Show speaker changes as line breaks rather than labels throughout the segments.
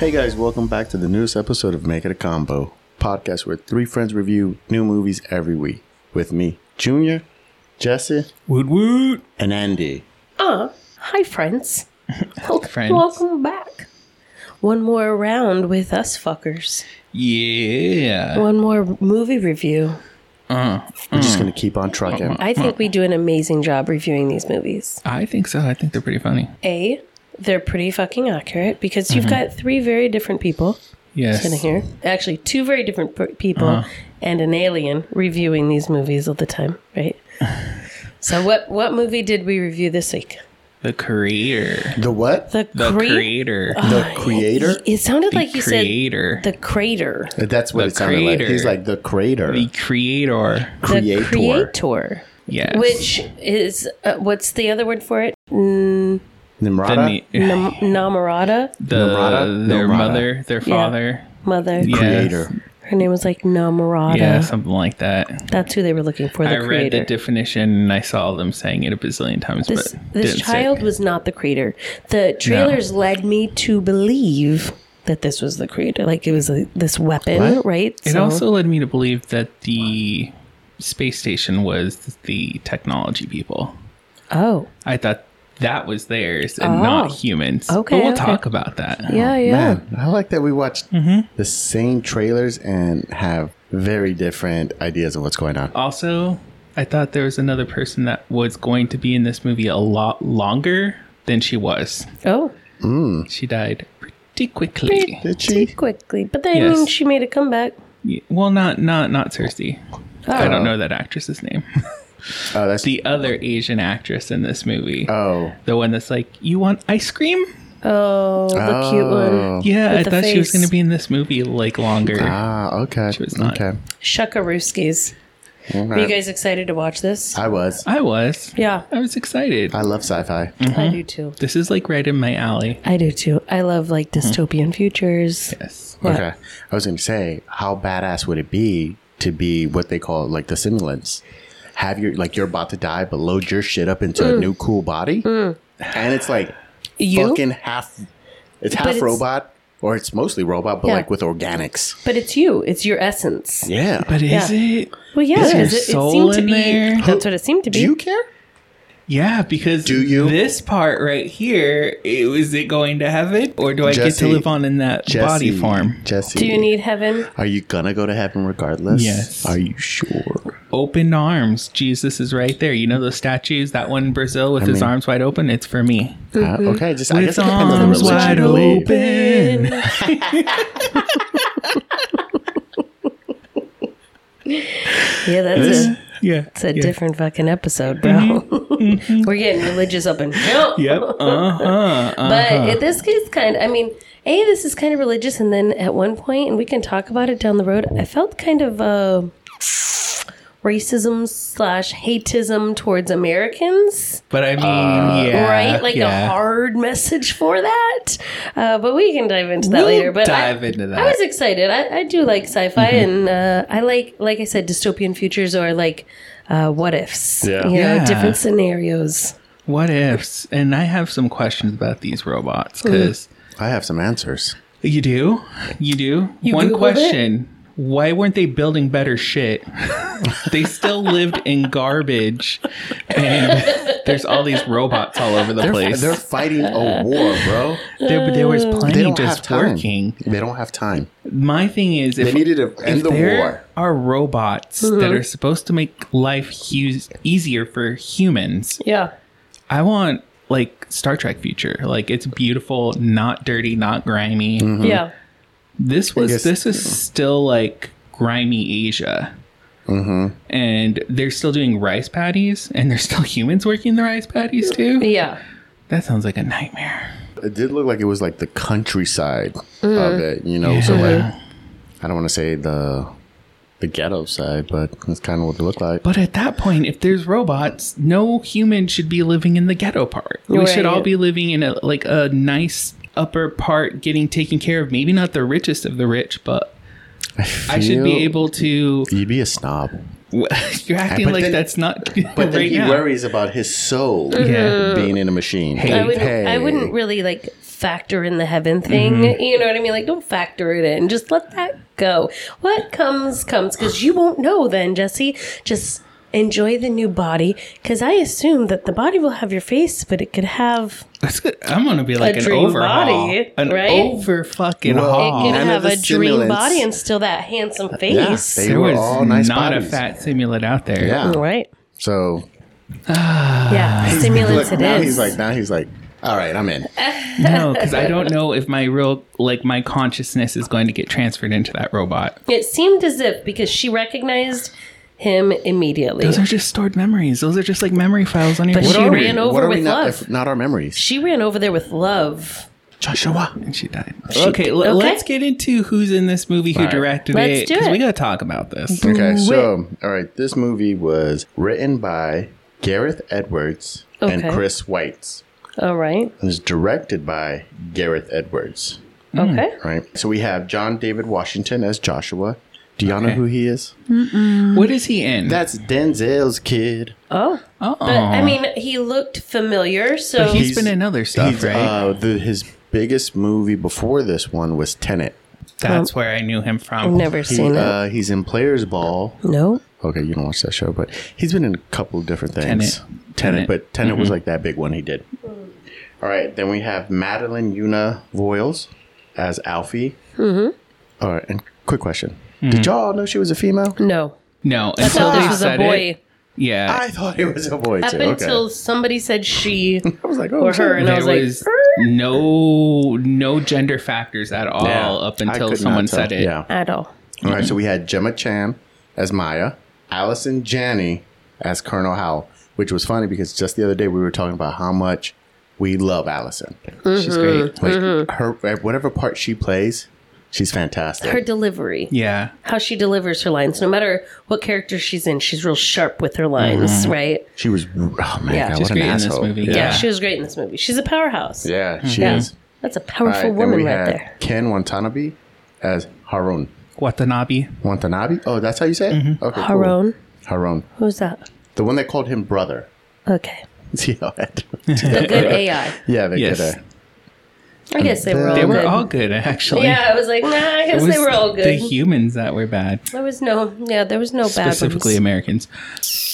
Hey guys, welcome back to the newest episode of Make It a Combo podcast where three friends review new movies every week. With me, Junior, Jesse,
Woot woot.
and Andy.
Ah, hi, friends. Welcome,
Friends.
Welcome back. One more round with us fuckers.
Yeah.
One more movie review.
We're just
Hmm.
going to keep on trucking.
I think we do an amazing job reviewing these movies.
I think so. I think they're pretty funny.
A, they're pretty fucking accurate because you've got three very different people
Mm-hmm. Yes. Uh-huh.
sitting here. Actually, two very different per- people and an alien reviewing these movies all the time, right? so, what what movie did we review this week?
The creator.
The what?
The,
The
Crea-
creator.
The creator?
It sounded
the
Uh, like you
creator.
said the crater.
That's what
The
it sounded like.
creator.
He's like the creator.
the creator.
The
Creator.
creator.
Yes.
Which is, uh, what's the other word for it? N-
the,
Nimrata?
ne-
nam- Namorada?
the
Nomada?
their
Nomada.
mother, their father.
Mother.
Yeah.
creator.
Her name was like Namorada.
Yeah, something like that.
That's who they were looking for, the
I read
creator.
the definition and I saw them saying it a bazillion times,
this
but
this
didn't
child
Stick.
was not the creator. The trailers led me to believe that this was the creator. Like it was a, this weapon,
What?
right?
It also led me to believe that the space station was the technology people.
Oh,
I thought that was theirs and not
Oh.
humans.
Okay,
But we'll
okay.
talk about that.
yeah, yeah.
Man, I like that we watched
Mm-hmm.
the same trailers and have very different ideas of what's going on.
Oh, Also, I thought there was another person that was going to be in this movie a lot longer than she was.
Oh,
She died pretty quickly.
Did she?
pretty quickly. But then
Yes.
she made a comeback.
Yeah, Well, not not not Cersei. I
Oh.
don't know that actress's name.
Oh, that's
the other Asian actress in this movie.
Oh.
the one that's like, "You want ice cream?"
Oh, the cute
Oh.
one.
Yeah,
With
I
the
thought she was
face.
going to be in this movie like longer.
Ah, okay.
was not.
Okay.
Shukarooskies.
All
Are you
right.
guys excited to watch this?
Uh,
I was.
I was.
yeah,
I was excited.
I love sci-fi.
I
mm-hmm.
do too.
this is like right in my alley.
I do too. I love like
Hmm.
dystopian futures.
Yes.
What?
Okay. I was going to say, how badass would it be to be what they call like the simulants? Have your, like, you're about to die, but load your shit up into a new cool body. And it's like
Mm. You?
fucking half, it's half
it's-
robot or it's mostly robot, but
Yeah.
like with organics.
But it's you. It's your essence.
Yeah.
But is
Yeah.
it?
Well, yeah,
Is there
because it, it
soul
seemed to
in
be.
there?
That's what it seemed to be.
do you care?
Yeah, because
Do you?
this part right here i- is it going to heaven or do I get
Jesse-
to live on in that body form?
Jesse.
Do you need heaven?
Are you gonna go to heaven regardless?
Yes.
Are you sure?
Open arms. Jesus is right there. You know those statues, that one in Brazil with his
mean-
arms wide open? It's for me.
Uh,
Mm-hmm.
okay, just I guess
With
it depends on the
arms
religion
wide
you believe.
open.
Yeah, that's a,
Yeah. Mm-hmm.
it's a different fucking episode, bro. We're getting religious up in here.
Yep. Uh huh.
But
Uh-huh.
it- this is kind of, I mean, A, this is kind of religious. And then at one point, and we can talk about it down the road, I felt kind of uh, racism slash hateism towards Americans,
But I mean,
Uh,
yeah.
right? Like a
yeah.
hard message for that. Uh, but we can dive into that
We'll
later. But I-
dive Mm-hmm. into that.
I was excited. I, I do like sci-fi, and uh, I like, like I said, dystopian futures or like uh, what ifs.
Yeah.
You know,
Yeah.
different scenarios.
what ifs? And I have some questions about these
Hmm.
robots because
I have some answers.
you do, you do.
You
One
Googled
question: Why weren't they building better shit? they still lived in garbage, and there's all these robots all over the
They're,
place.
they're fighting a war, bro.
there, there was
They
plenty
don't have
just
time.
working.
They don't have time.
My thing is,
They
if
needed to end
if
the
there
war.
are robots
Mm-hmm.
that are supposed to make life hu- easier for humans,
Yeah.
I want like Star Trek future. Like it's beautiful, not dirty, not grimy.
Mm.
Yeah.
This was
guess-
this is still like grimy Asia.
Mm-hmm.
And they're still doing rice patties, and there's still humans working the rice patties too.
Yeah.
That sounds like a nightmare.
It did look like it was like the countryside of it, you know. So like, I don't want to say the the ghetto side, but that's kind of what it looked like.
But at that point, if there's robots, no human should be living in the ghetto part. We should all
Right.
be living in a like a nice upper part, getting taken care of. Maybe not the richest of the rich, but I should
Feel-
be able to
You'd be a snob.
You're acting
But
like
then-
that's not
But then
right
he
now.
worries about his soul
Yeah.
being in a machine.
Hey.
I wouldn't, I wouldn't really like factor in the heaven thing.
Mm-hmm.
You know what I mean? Like, don't factor it in. Just let that go. What comes, comes. Because you won't know then, Jesse. Just enjoy the new body. Because I assume that the body will have your face, but it could have.
That's good. I'm gonna be like an
dream
overhaul,
body,
an
right?
over fucking
Well,
It
haul.
could
none of
have
the
a dream
stimulants- Uh,
body and still that handsome
Yeah,
face.
they
There
were
was
all nice
not
bodies.
a fat simulant out there.
Yeah.
right.
So
Yeah. Stimulants
look,
it
now
is.
Ah, he's like, now he's like, all right, I'm in.
No, because I don't know if my real like my consciousness is going to get transferred into that robot.
It seemed as if because she recognized him immediately.
Those are just stored memories. Those are just like memory files on your
But
What
she
are
computer.
we-
ran over
what are we
with
not,
love.
if not our memories.
she ran over there with love.
Joshua.
And she died. okay, l-
okay.
let's get into who's in this movie, who
All right.
directed
Let's
it,
do it.
we gotta talk about this.
Okay, so all right, this movie was written by Gareth Edwards
Okay.
and Chris Weitz.
All right.
It was directed by Gareth Edwards. Mm.
Okay.
Right. So we have John David Washington as Joshua. Do y'all know who he is?
What is he in?
That's Denzel's kid.
Oh.
oh,
But I mean, he looked familiar, so
he's been in other stuff,
He's,
right?
uh, the, his biggest movie before this one was Tenet.
That's where I knew him
I've
from.
never
He,
seen
uh, he's in Players Ball.
it. No.
Okay, you don't watch that show, but he's been in a couple of different things.
Tenet.
Tenet, Mm-hmm.
Tenet.
but Tenet was like that big one he did. All right, then we have Madeline Una Voiles as Alfie. Mm-hmm. right, and quick question: Did y'all know she was a female?
No.
No,
I
until
thought
they
this was a
said
boy.
it. Yeah,
I thought it was a boy
Up
too.
until
okay.
somebody said she
I was like, oh,
or
shit.
her, and I
there
was
was,
like,
no no gender factors at all
Yeah,
up
I
until
could not
someone
tell.
said it.
Yeah.
at all.
All
Mm-hmm.
right, so we had Gemma Chan as Maya, Allison Janney as Colonel Howell, which was funny because just the other day we were talking about how much we love Allison.
She's great.
Mm-hmm.
Like her, whatever part she plays, she's fantastic.
Her delivery,
Yeah,
how she delivers her lines, no matter what character she's in, she's real sharp with her lines, right?
She was, oh man,
Yeah.
God,
She's
what an
great in this
asshole.
movie.
Yeah,
Yeah.
Mm-hmm. Yeah.
she was great in this movie. She's a powerhouse.
Yeah, she
Yeah.
is.
That's a
All
powerful
right, then
woman
we
right
had
there.
Ken Watanabe as Harun.
Watanabe.
Watanabe? Oh, that's how you say it?
Mm-hmm.
Okay, cool.
Harone,
Harun.
who's that?
The one that called him brother.
Okay,
See how that?
the good AI.
Yeah, they
Yes.
did a-
I guess they were all
They were
good.
all good, actually.
yeah, I was like, nah, I
It
guess
was
they were all good.
The humans that were bad,
There was no, yeah, there was no bad
specifically
ones.
Americans.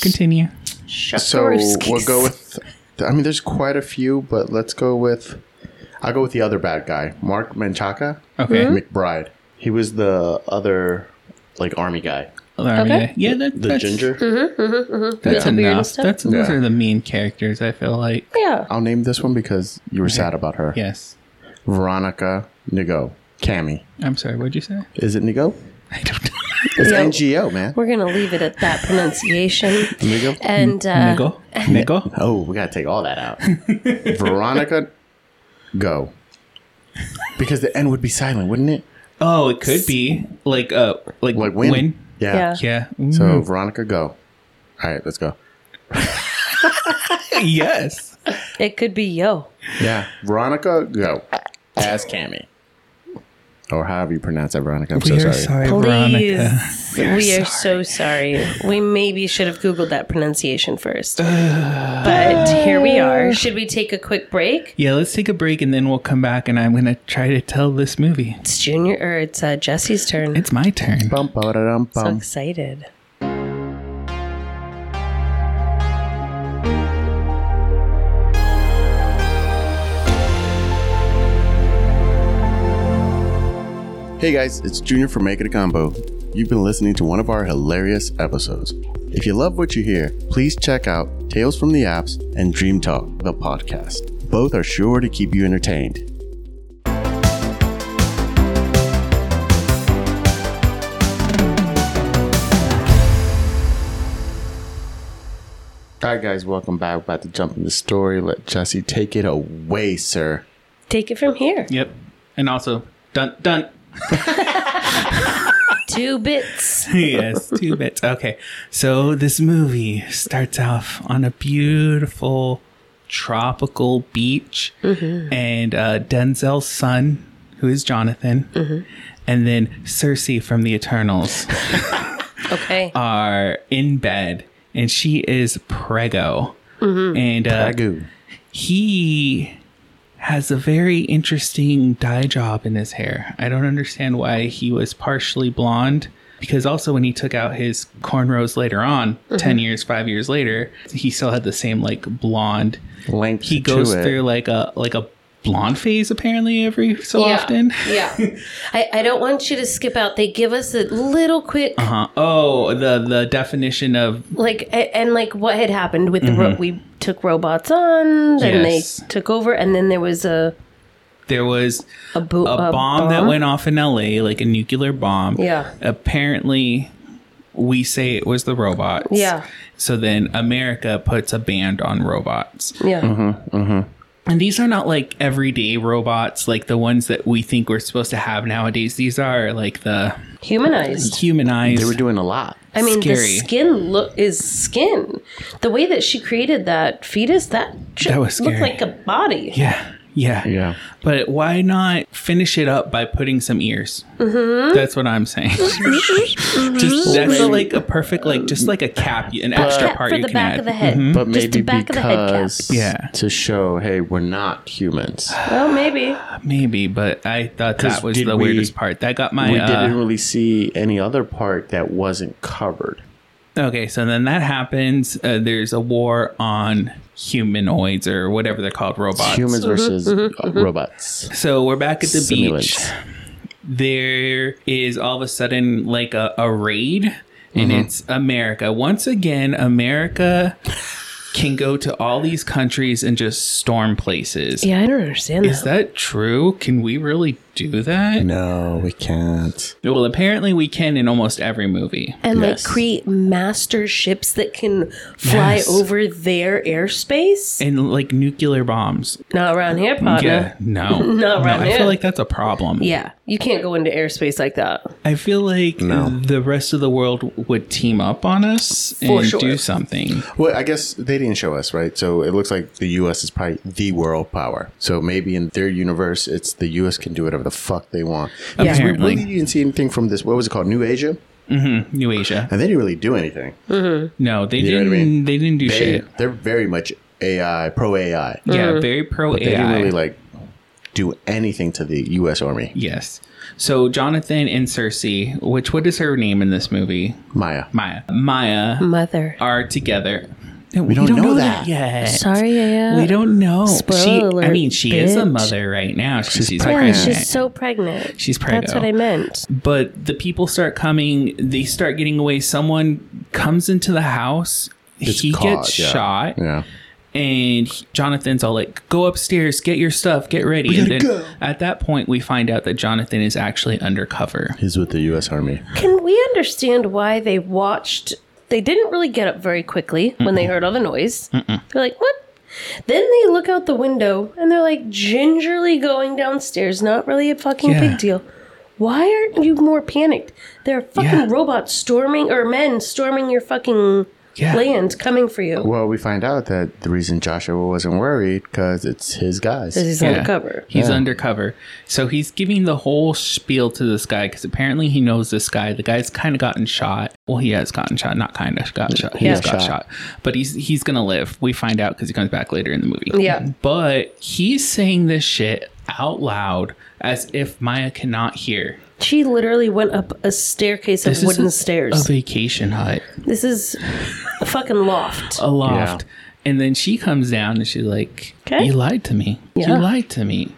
Continue.
So we'll
Shakurskis.
go with. I mean, there's quite a few, but let's go with. I'll go with the other bad guy, Mark Menchaca
Okay.
Mm-hmm.
McBride. He was the other, like army guy,
Well, I mean,
Okay.
Yeah, that,
the
that's, Mm-hmm.
ginger.
That's
Yeah. Weird
enough.
stuff.
That's those
Yeah.
are the mean characters. I feel like
Yeah.
I'll name this one because you were sad about her.
yes.
Veronica Nigo, Cammy.
I'm sorry. What'd you say?
Is it Nigo?
I don't know.
It's
Yeah.
NGO, man.
We're going to leave it at that pronunciation.
Nigo.
And uh,
Nego. Nego.
Oh, we gotta take all that out. Veronica, go. Because the N would be silent, wouldn't it?
Oh, it could be like uh like
Like win.
Yeah.
Yeah.
So
Mm.
Veronica, go. All right, let's go.
yes.
it could be yo.
Yeah, Veronica, go. As Cammy. Or however you pronounce that, Veronica. I'm so
we
sorry.
are sorry,
Please.
Veronica.
We are, so sorry. We maybe should have Googled that pronunciation first. but here we are. Should we take a quick break?
Yeah, let's take a break and then we'll come back and I'm gonna try to tell this movie.
It's Junior, or it's uh, Jesse's turn.
It's my turn.
Bum, ba-da-dum,
so
bum.
excited.
Hey guys, it's Junior from Make It a Combo. You've been listening to one of our hilarious episodes. If you love what you hear, please check out Tales from the Apps and Dream Talk, the podcast. Both are sure to keep you entertained. All right, guys, welcome back. About to jump into story. Let Jesse take it away, sir.
Take it from here.
Yep. And also dun dun
Two bits.
yes, two bits. Okay. So this movie starts off on a beautiful tropical beach and uh, Denzel's son, Mm-hmm. who is Jonathan, and then Cersei from the Eternals.
Okay.
Uh, are in bed, and she is prego, and uh,
Ragu.
he has a very interesting dye job in his hair. I don't understand why he was partially blonde. Because also, when he took out his cornrows later on, 10 years, five years later, he still had the same like blonde.
Length to
He goes
it.
through like a like a blonde phase apparently every so
Yeah.
often.
Yeah. I, I don't want you to skip out. They give us a little quick,
Uh, oh, the the definition of
like, a- and like what had happened with the ro- we took robots on, then
Mm-hmm. Yes.
they took over, and then there was a
there was
a, bo-
a, bomb, that went off in LA, like a nuclear bomb.
Yeah.
Apparently, we say it was the robots.
Yeah.
So then America puts a ban on robots.
Yeah.
Mm-hmm. And these are not like everyday robots, like the ones that we think we're supposed to have nowadays. These are like the
Humanized.
humanized.
They were doing a lot.
I mean,
Scary.
the skin look is skin. The way that she created that fetus, that, j-
That was
looked
scary.
like a body.
yeah. Yeah.
Yeah.
But why not finish it up by putting some ears?
Mm-hmm.
That's what I'm saying. just that's
Maybe.
like a perfect, like just like a cap, an extra
Except
part
Mm-hmm. for
you
the
can
back
add. Mm-hmm.
of the head.
But
Just the
maybe
back of the head cap.
because
Yeah.
to show, hey, we're not humans.
Well, maybe.
Maybe, but I thought
'Cause
that was
did
the
we-
weirdest part. That got my.
we
uh,
didn't really see any other part that wasn't covered.
okay, so then that happens. Uh, there's a war on humanoids or whatever they're called, robots.
Humans
Mm-hmm,
versus uh, robots.
So we're back at the
Simulants.
beach. There is all of a sudden like a, a raid, and
Mm-hmm.
it's America. Once again, America can go to all these countries and just storm places.
Yeah, I don't understand
Is that true? Can we really do that?
No, we can't.
Well, apparently we can in almost every movie.
and
Yes.
like create master ships that can fly
Yes.
over their airspace.
and like nuclear bombs.
Not around here,
Uh-huh.
partner.
Yeah, no,
Not right
I
now.
feel like that's a problem.
Yeah, you can't go into airspace like that.
I feel like
No.
the rest of the world would team up on us
For
and
sure.
do something.
Well, I guess they didn't show us, right? So it looks like the U.S. is probably the world power. So maybe in their universe, it's the U.S. can do whatever the fuck they want. Because we
Apparently.
really didn't see anything from this. What was it called? New Asia,
New Asia.
and they didn't really do anything.
No, they
know
didn't.
what I mean?
They didn't do
They,
shit.
they're very much AI, pro AI.
Yeah,
Mm.
very pro
They didn't
AI.
really like do anything to the U.S. Army.
yes. So Jonathan and Cersei, which what is her name in this movie?
Maya.
Maya. Maya
Mm. Mother.
are together. We,
don't know that.
yet.
Sorry, yeah.
We don't know. she,
Spoiler
I
alert,
mean, she is a
bitch.
mother right now. She-
She's
she's
Yeah,
pregnant.
pregnant.
she's so pregnant.
She's Oh.
That's what
preggo.
I meant.
but the people start coming they start getting away someone comes into the house
It's
he
caught,
gets
yeah.
shot
Yeah.
and he- jonathan's all like go upstairs get your stuff get ready and then
gotta go.
at that point we find out that jonathan is actually undercover
He's with the U.S. Army.
Can we understand why they watched? They didn't really get up very quickly when they heard all the noise. They're like, what? Then they look out the window and they're like gingerly going downstairs. Not really a fucking
Yeah.
big deal. Why aren't you more panicked? There are fucking
Yeah.
robots storming or men storming your fucking
Yeah.
land coming for you.
Well, we find out that the reason Joshua wasn't worried because it's his guys.
This is
Yeah.
undercover.
He's
Yeah.
undercover. So he's giving the whole spiel to this guy because apparently he knows this guy. The guy's kind of gotten shot. Well, he has gotten shot. Not kind of got shot. He
Yeah.
has got
Shot.
shot. But he's he's going to live. We find out because he comes back later in the movie.
Yeah.
But he's saying this shit out loud as if Maya cannot hear.
She literally went up a staircase of
This is
wooden
a- A
stairs.
vacation hut,
this is a fucking loft.
a loft. And then she comes down and she's like,
'Kay.
You lied to me.
Yeah.
You lied to me.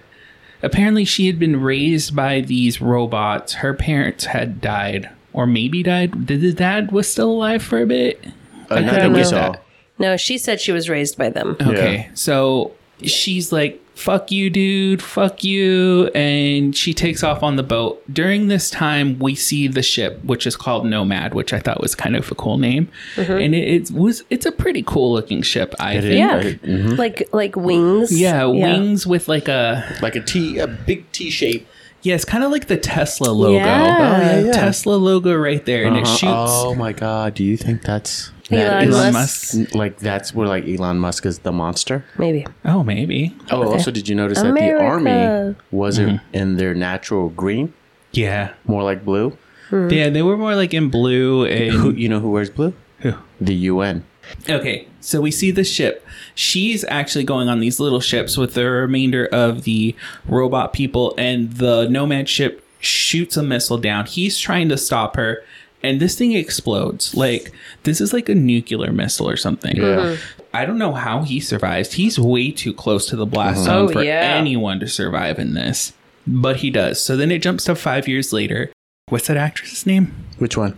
Apparently, she had been raised by these robots. Her parents had died, or maybe died. Did the dad was still alive for a bit?
Uh, not that
couldn't
we
get
saw.
that.
No, she said she was raised by them.
Okay, so she's like, "Fuck you, dude. Fuck you," and she takes off on the boat. During this time, we see the ship, which is called Nomad, which I thought was kind of a cool name,
Mm-hmm.
and it, it was it's a pretty cool looking ship. I
It is.
think.
Yeah.
Right.
Like like wings.
Mm-hmm. Yeah, wings with like a
Like a T, a big T shape.
yeah, it's kind of like the Tesla logo.
Yeah. Oh,
yeah, yeah.
Tesla logo right there, and it
Uh-huh.
shoots.
Oh my god, do you think that's
Elon
is-
Elon
Musk.
Musk.
like that's where like Elon Musk is the monster?
Maybe.
Oh, maybe.
Oh, also did you notice that
America.
Mm-hmm. the army wasn't in their natural green,
Yeah.
more like blue?
Yeah, they were more like in blue
Who
and
you know who wears blue?
Who?
The UN.
Okay, so we see the ship. She's actually going on these little ships with the remainder of the robot people, and the Nomad ship shoots a missile down. He's trying to stop her, and this thing explodes. Like, this is like a nuclear missile or something.
Mm-hmm.
I don't know how he survives. He's way too close to the blast zone
Oh,
for
yeah.
anyone to survive in this, but he does. So then it jumps to five years later. What's that actress's name?
Which one?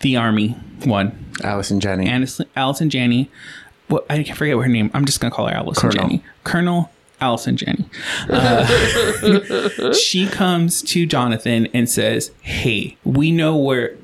The Army one.
Allison Janney.
Anis- Allison Janney. What I can't forget her name. I'm just gonna call her Allison
Colonel.
Janney. Colonel Allison Janney. Uh, she comes to Jonathan and says, "Hey, we know where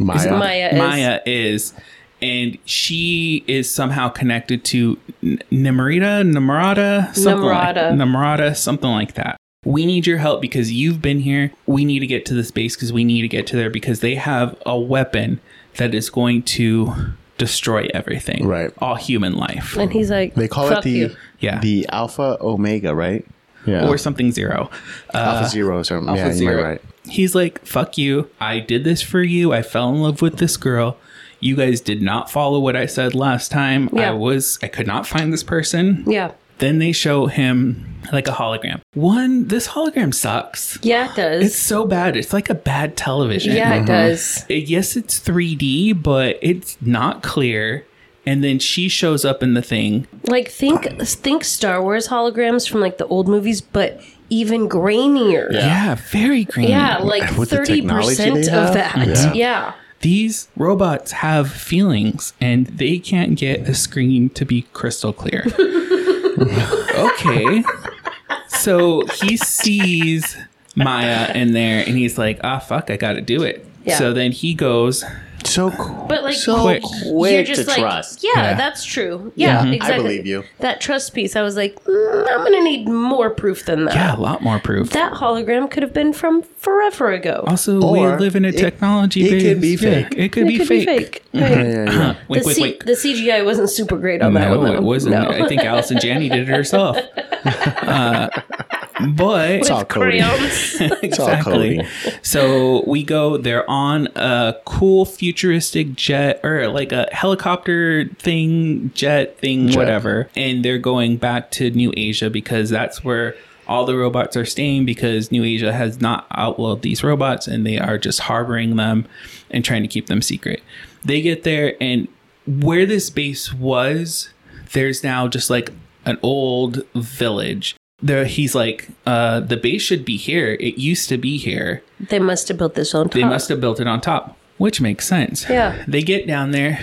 Maya.
Maya is.
Maya is." And she is somehow connected to N- Namrita, Namrata, something like-
Namrata.
Namrata, something like that. We need your help because you've been here. We need to get to this base because we need to get to there because they have a weapon that is going to destroy everything.
Right.
All human life.
And he's like,
They call
Fuck
it the
You.
Yeah.
the Alpha Omega, right? Yeah.
Or something zero. Uh,
Alpha Zero or something.
Alpha
yeah, you might
Zero.
be right.
He's like, fuck you. I did this for you. I fell in love with this girl. You guys did not follow what I said last time.
Yeah.
I was I could not find this person.
Yeah.
Then they show him like a hologram. One, this hologram sucks.
Yeah, it does.
It's so bad. It's like a bad television.
yeah,
Mm-hmm.
it does.
Uh, yes, it's 3D, but it's not clear. And then she shows up in the thing.
Like think think Star Wars holograms from like the old movies, but even grainier.
Yeah,
Yeah,
very green.
like
With the
thirty
technology
percent
they have?
of that.
Yeah.
Yeah.
These robots have feelings and they can't get a screen to be crystal clear. okay. So he sees Maya in there and he's like, ah, fuck, I gotta do it.
Yeah.
So then he goes,
So cool.
But like
So
Quick.
you're
Quick
just
to
like,
trust.
Yeah,
Yeah.
that's true. Yeah,
Mm-hmm.
Mm-hmm.
exactly.
I believe you.
That trust piece, I was like, mm, I'm gonna need more proof than that.
yeah, a lot more proof.
That hologram could have been from forever ago.
also,
Or
we live in a
it-
technology
it
base.
could be
Yeah,
fake.
Oh, it could,
it
be,
could
fake.
be fake. Right.
Yeah, yeah.
Wait,
the,
wait,
C-
wait.
the CGI wasn't super great on that
no,
one.
it wasn't.
No.
I think Allison Janney did it herself. Uh, but
all Cody.
crayons.
all
exactly. So we go. They're on a cool futuristic jet or like a helicopter thing, jet thing, whatever. And they're going back to New Asia because that's where all the robots are staying because New Asia has not outlawed these robots and they are just harboring them and trying to keep them secret. They get there and where this base was, there's now just like an old village. There, he's like, uh, the base should be here. It used to be here.
they must have built this on top.
They must have built it on top, which makes sense.
Yeah.
They get down there.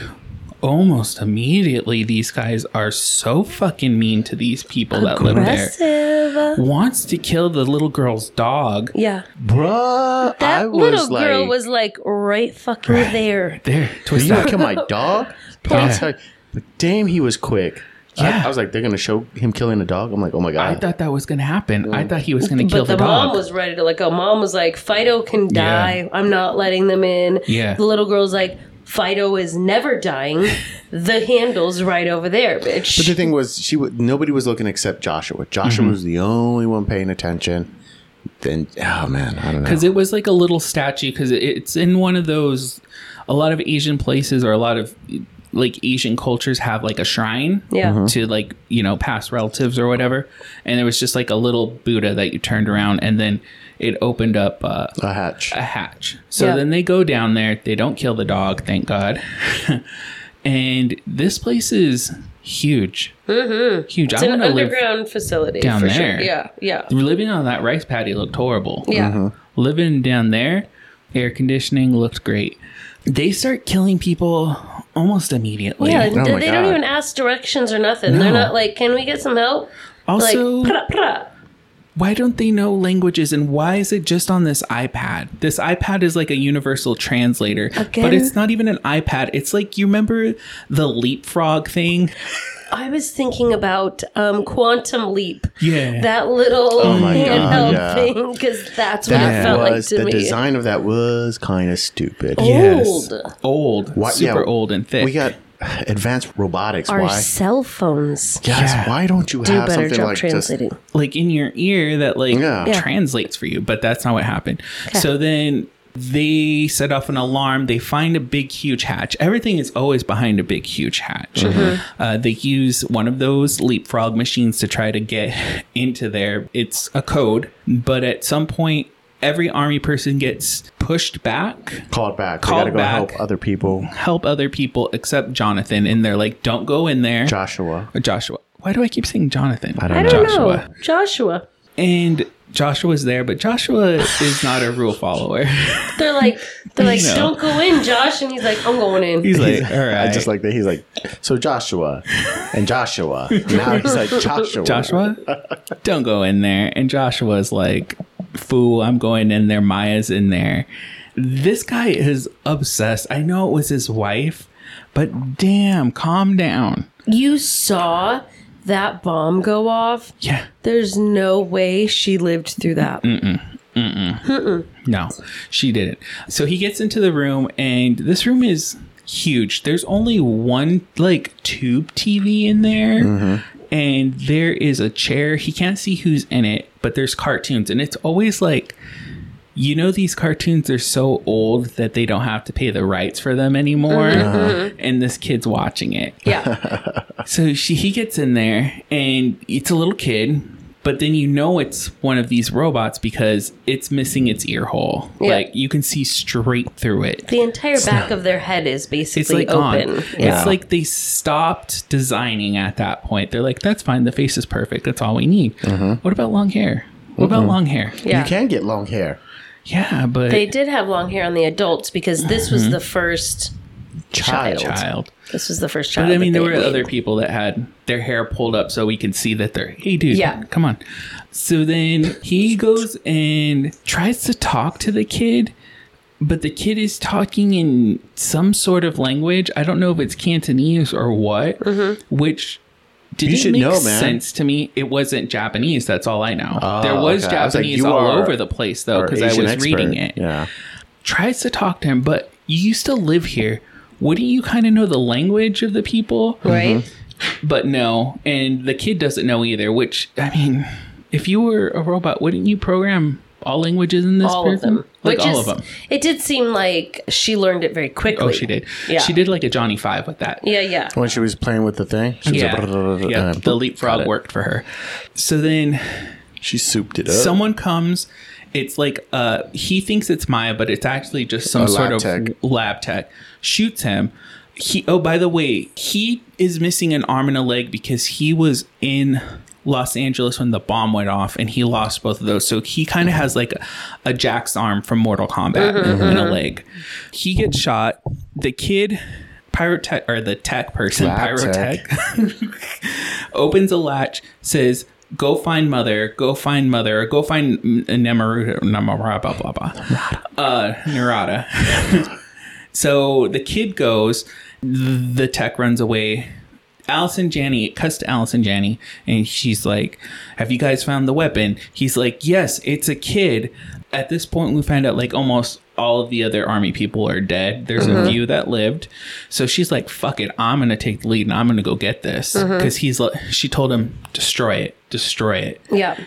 Almost immediately, these guys are so fucking mean to these people that live there.
Aggressive.
Wants to kill the little girl's dog.
Yeah.
Bruh,
That
I was
little
like,
girl was like right fucking there.
There,
Are
twist
you gonna
that.
kill my dog? But I'll tell you- but damn, he was quick. I-
Yeah.
I, was like, they're gonna show him killing a dog. I'm like, oh my
I
god.
thought that was going to happen. I thought he was going to kill
But
the,
the
dog.
mom was ready to let go. Mom was like, Fido can die. I'm not letting them in.
Yeah.
The little girl's like, Fido is never dying. the handle's right over there, bitch.
but the thing was, she w- nobody was looking except Joshua. Joshua
Mm-hmm.
was the only one paying attention. Then, oh man, I don't know.
because it was like a little statue because it's in one of those a lot of asian places or a lot of like asian cultures have like a shrine
Yeah. Mhm.
to like you know past relatives or whatever and there was just like a little buddha that you turned around and then it opened up uh,
A hatch.
a hatch so
Yeah.
then they go down there they don't kill the dog thank god and this place is huge huge
Mm-hmm. it's
i
an
want to live
underground facility.
down
for
there. Mm-hmm.
Sure. Yeah. Yeah.
living on that rice paddy looked horrible
Yeah.
Mm-hmm.
living down there, air conditioning looked great. They start killing people almost immediately.
Yeah,
Oh
they,
my
they don't
God.
even ask directions or nothing. They're
No.
not like, "Can we get some help?"
also,
like, pra, pra.
why don't they know languages and why is it just on this iPad? This iPad is like a universal translator, but
Again?
it's not even an iPad. It's like you remember the leapfrog thing?
I was thinking about um, Quantum Leap.
Yeah.
That little
Oh my God,
handheld
yeah.
thing, because that's what it
that
felt like
was
to
the
me.
design of that was kind of stupid.
Yes.
Old.
Old.
Why-
super
yeah,
old and thick.
We got advanced robotics.
Our
why?
cell phones
Yes.
Yeah.
Why don't you
do a
have
better
something
job
like just
translating.
like in your ear that like
Yeah.
Yeah.
translates for you, but that's not what happened. So then They set off an alarm. They find a big, huge hatch. Everything is always behind a big, huge hatch.
Mm-hmm.
Uh, they use one of those leapfrog machines to try to get into there. It's a code, but at some point, every army person gets pushed back
Called back.
Called
we gotta go
back.
help other people.
help other people except Jonathan. And they're like, don't go in there.
Joshua.
Joshua. Why do I keep saying Jonathan?
I don't
I
know.
don't
Joshua.
know. Joshua.
And Joshua's there, but Joshua is not a rule follower.
They're like, they're like,
No.
don't go in, Josh. And he's like, I'm going in.
He's like, all right.
I just like that. He's like, so Joshua and Joshua. Now he's like Joshua.
Joshua, don't go in there. And Joshua's like, fool, I'm going in there. Maya's in there. This guy is obsessed. I know it was his wife, but damn, calm down.
You saw that bomb go off.
Yeah.
There's no way she lived through that.
No, she didn't. So he gets into the room, and this room is huge. There's only one, like, tube TV in there, and there is a chair. He can't see who's in it, but there's cartoons, and it's always like, you know, these cartoons are so old that they don't have to pay the rights for them anymore, and this kid's watching it.
Yeah.
So she he gets in there and it's a little kid, but then you know it's one of these robots because it's missing its ear hole.
Yeah.
Like you can see straight through it.
The entire back of their head is
It's
basically
like
open.
gone.
Yeah.
It's like they stopped designing at that point. They're like, that's fine. The face is perfect. That's all we need. What about long hair? What about long hair?
yeah.
You can get long hair.
Yeah, but
They did have long hair on the adults because this
Mm-hmm.
was the first child.
child.
This was the first child.
But I mean,
that
there were
they-
other people that had their hair pulled up so we could see that they're, hey, dude,
Yeah.
come on. So then he goes and tries to talk to the kid, but the kid is talking in some sort of language. I don't know if it's Cantonese or what,
Mm-hmm.
which didn't
should
make
know, man. Oh,
sense to me. It wasn't Japanese. That's all I know. there was
okay. I was like,
Japanese
you
all
are-
over the place, though,
Or
because Oh, I
Asian
was
expert.
reading it
Yeah.
tries to talk to him, but you used to live here. Wouldn't you kind of know the language of the people?
Right?
But no. And the kid doesn't know either, which, I mean, if you were a robot, wouldn't you program all languages in this
All of
person?
them.
Like
Which
all
is-
of them.
It did seem like she learned it very quickly.
Oh, she did.
Yeah.
She did like a Johnny Five with that.
Yeah, yeah.
When she was playing with the thing, she was
Yeah.
like, "Brr, brr, brr,"
yeah.
and
The leapfrog worked for her. So then
She souped it up.
someone comes it's like uh he thinks it's maya but it's actually just some
A
sort
lab
of
tech.
lab tech shoots him he oh by the way he is missing an arm and a leg because he was in los angeles when the bomb went off and he lost both of those so he kind of has like a, a jack's arm from mortal kombat and a leg he gets shot the kid pyrotech or the tech person
Lab
pyrotech
tech.
opens a latch, says, "Go find mother, go find mother, go find Nemaru, Namara, blah blah blah, uh, Narada." so the kid goes. th- The tech runs away. Allison Janney, it cuts to Allison Janney, and she's like, Have you guys found the weapon? He's like, Yes, it's a kid. At this point, we find out like almost all of the other army people are dead. There's a few that lived. So she's like, Fuck it. I'm going to take the lead and I'm going to go get this. Because he's like, She told him, Destroy it, destroy it.
Yeah.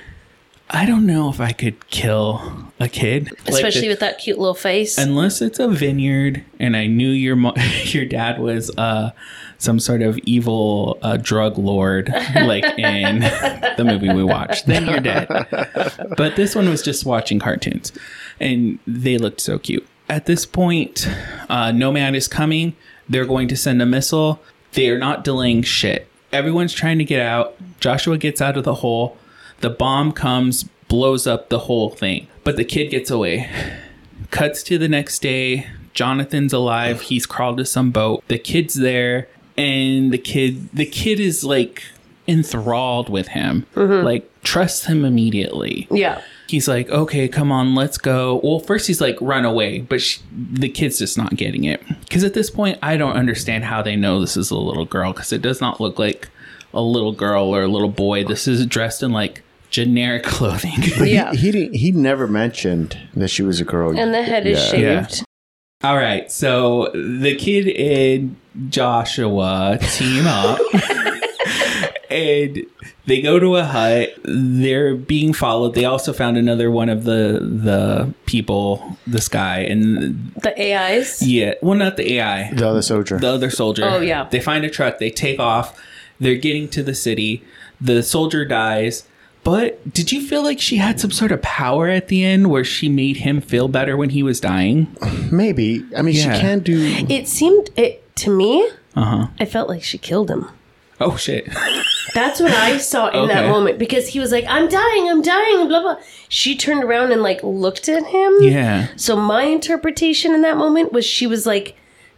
I don't know if I could kill a kid. Like,
Especially
the-
with that cute little face.
unless it's a vineyard and i knew your mo- your dad was uh some sort of evil uh, drug lord like in the movie we watched then you're dead but this one was just watching cartoons and they looked so cute at this point uh, nomad is coming they're going to send a missile they're not delaying shit everyone's trying to get out joshua gets out of the hole the bomb comes blows up the whole thing but the kid gets away Cuts to the next day. Jonathan's alive. He's crawled to some boat. The kid's there, and the kid the kid is like enthralled with him. Like trusts him immediately.
yeah.
He's like, "Okay, come on, let's go." Well, first he's like, "Run away," but she, the kid's just not getting it. Cuz at this point, I don't understand how they know this is a little girl cuz it does not look like a little girl or a little boy. This is dressed in like generic clothing.
Yeah.
He didn't. He never mentioned that she was a girl.
And the head is
Yeah.
shaved.
All right, so the kid and Joshua team up, and they go to a hut. They're being followed. They also found another one of the the people, this guy, and
The AIs.
yeah, well, not the AI,
The other soldier.
the other soldier.
Oh, yeah.
They find a truck. They take off. They're getting to the city. The soldier dies. But did you feel like she had some sort of power at the end where she made him feel better when he was dying?
Maybe. I mean,
Yeah.
she can do.
It seemed it to me. I felt like she killed him.
Oh shit.
That's what I saw in that
Okay.
moment because he was like, "I'm dying, I'm dying," blah blah. She turned around and like looked at him.
Yeah.
So my interpretation in that moment was she was like